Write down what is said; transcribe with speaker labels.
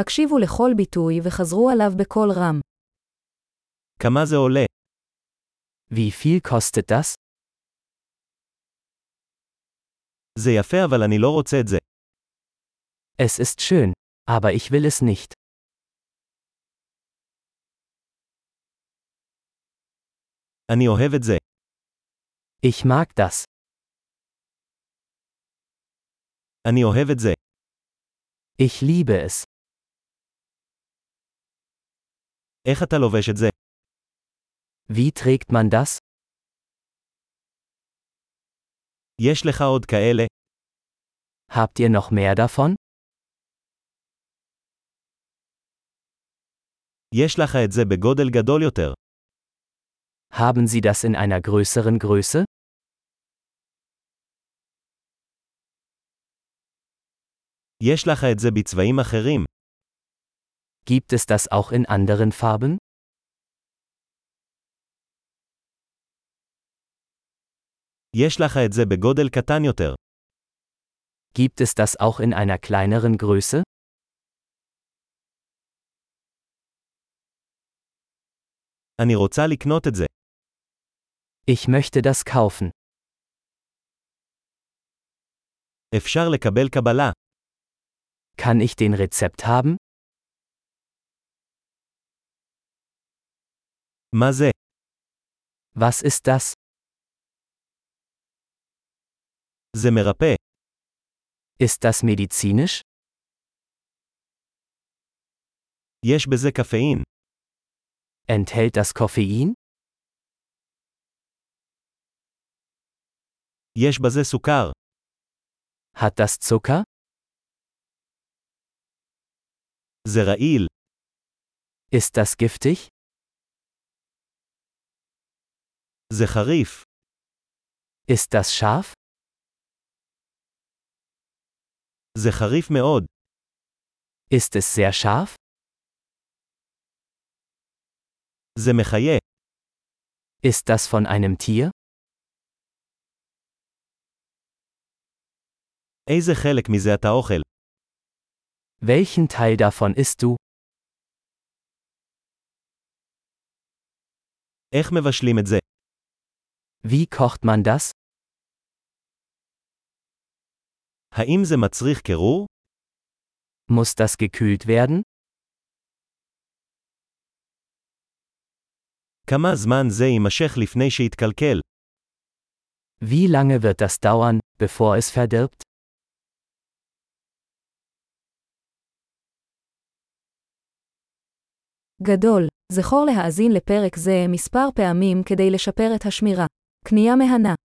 Speaker 1: הקשיבו לכל ביטוי וחזרו עליו בקול רם.
Speaker 2: כמה זה עולה?
Speaker 3: Wie viel kostet das?
Speaker 2: זה יפה אבל אני לא רוצה את זה.
Speaker 3: Es ist schön, aber ich will es nicht.
Speaker 2: אני אוהב את זה.
Speaker 3: Ich mag das.
Speaker 2: אני אוהב את זה.
Speaker 3: Ich liebe es.
Speaker 2: איך אתה לובש את זה?
Speaker 3: Wie trägt man das?
Speaker 2: יש לך עוד כאלה?
Speaker 3: Habt ihr noch mehr davon?
Speaker 2: יש לך את זה בגודל גדול יותר.
Speaker 3: Haben Sie das in einer größeren Größe?
Speaker 2: יש לך את זה בצבעים אחרים.
Speaker 3: Gibt es das auch in anderen Farben?
Speaker 2: יש לך את זה בגודל קטן יותר.
Speaker 3: Gibt es das auch in einer kleineren Größe?
Speaker 2: אני רוצה לקנות את זה.
Speaker 3: Ich möchte das kaufen.
Speaker 2: אפשר לקבל קבלה.
Speaker 3: Kann ich den Rezept haben?
Speaker 2: מה זה?
Speaker 3: Was ist das?
Speaker 2: זה מרפא.
Speaker 3: Ist das medizinisch?
Speaker 2: יש בזה קפאין.
Speaker 3: Enthält das Koffein?
Speaker 2: יש בזה סוכר.
Speaker 3: Hat das Zucker?
Speaker 2: זה רעיל.
Speaker 3: Ist das giftig?
Speaker 2: זה חריף.
Speaker 3: Ist das scharf?
Speaker 2: זה חריף מאוד.
Speaker 3: Ist es sehr scharf?
Speaker 2: זה מחיה.
Speaker 3: Ist das von einem Tier?
Speaker 2: איזה חלק מזה אתה אוכל?
Speaker 3: Welchen Teil davon isst du?
Speaker 2: איך מבשלים את זה?
Speaker 3: Wie kocht man das?
Speaker 2: האם זה מצריך קירור?
Speaker 3: Muss das gekühlt werden?
Speaker 2: כמה זמן זה יימשך לפני שיתקלקל?
Speaker 3: Wie lange wird das dauern, bevor es verdirbt?
Speaker 1: גדול, זכור להאזין לפרק זה מספר פעמים כדי לשפר את השמירה. קנייה מהנה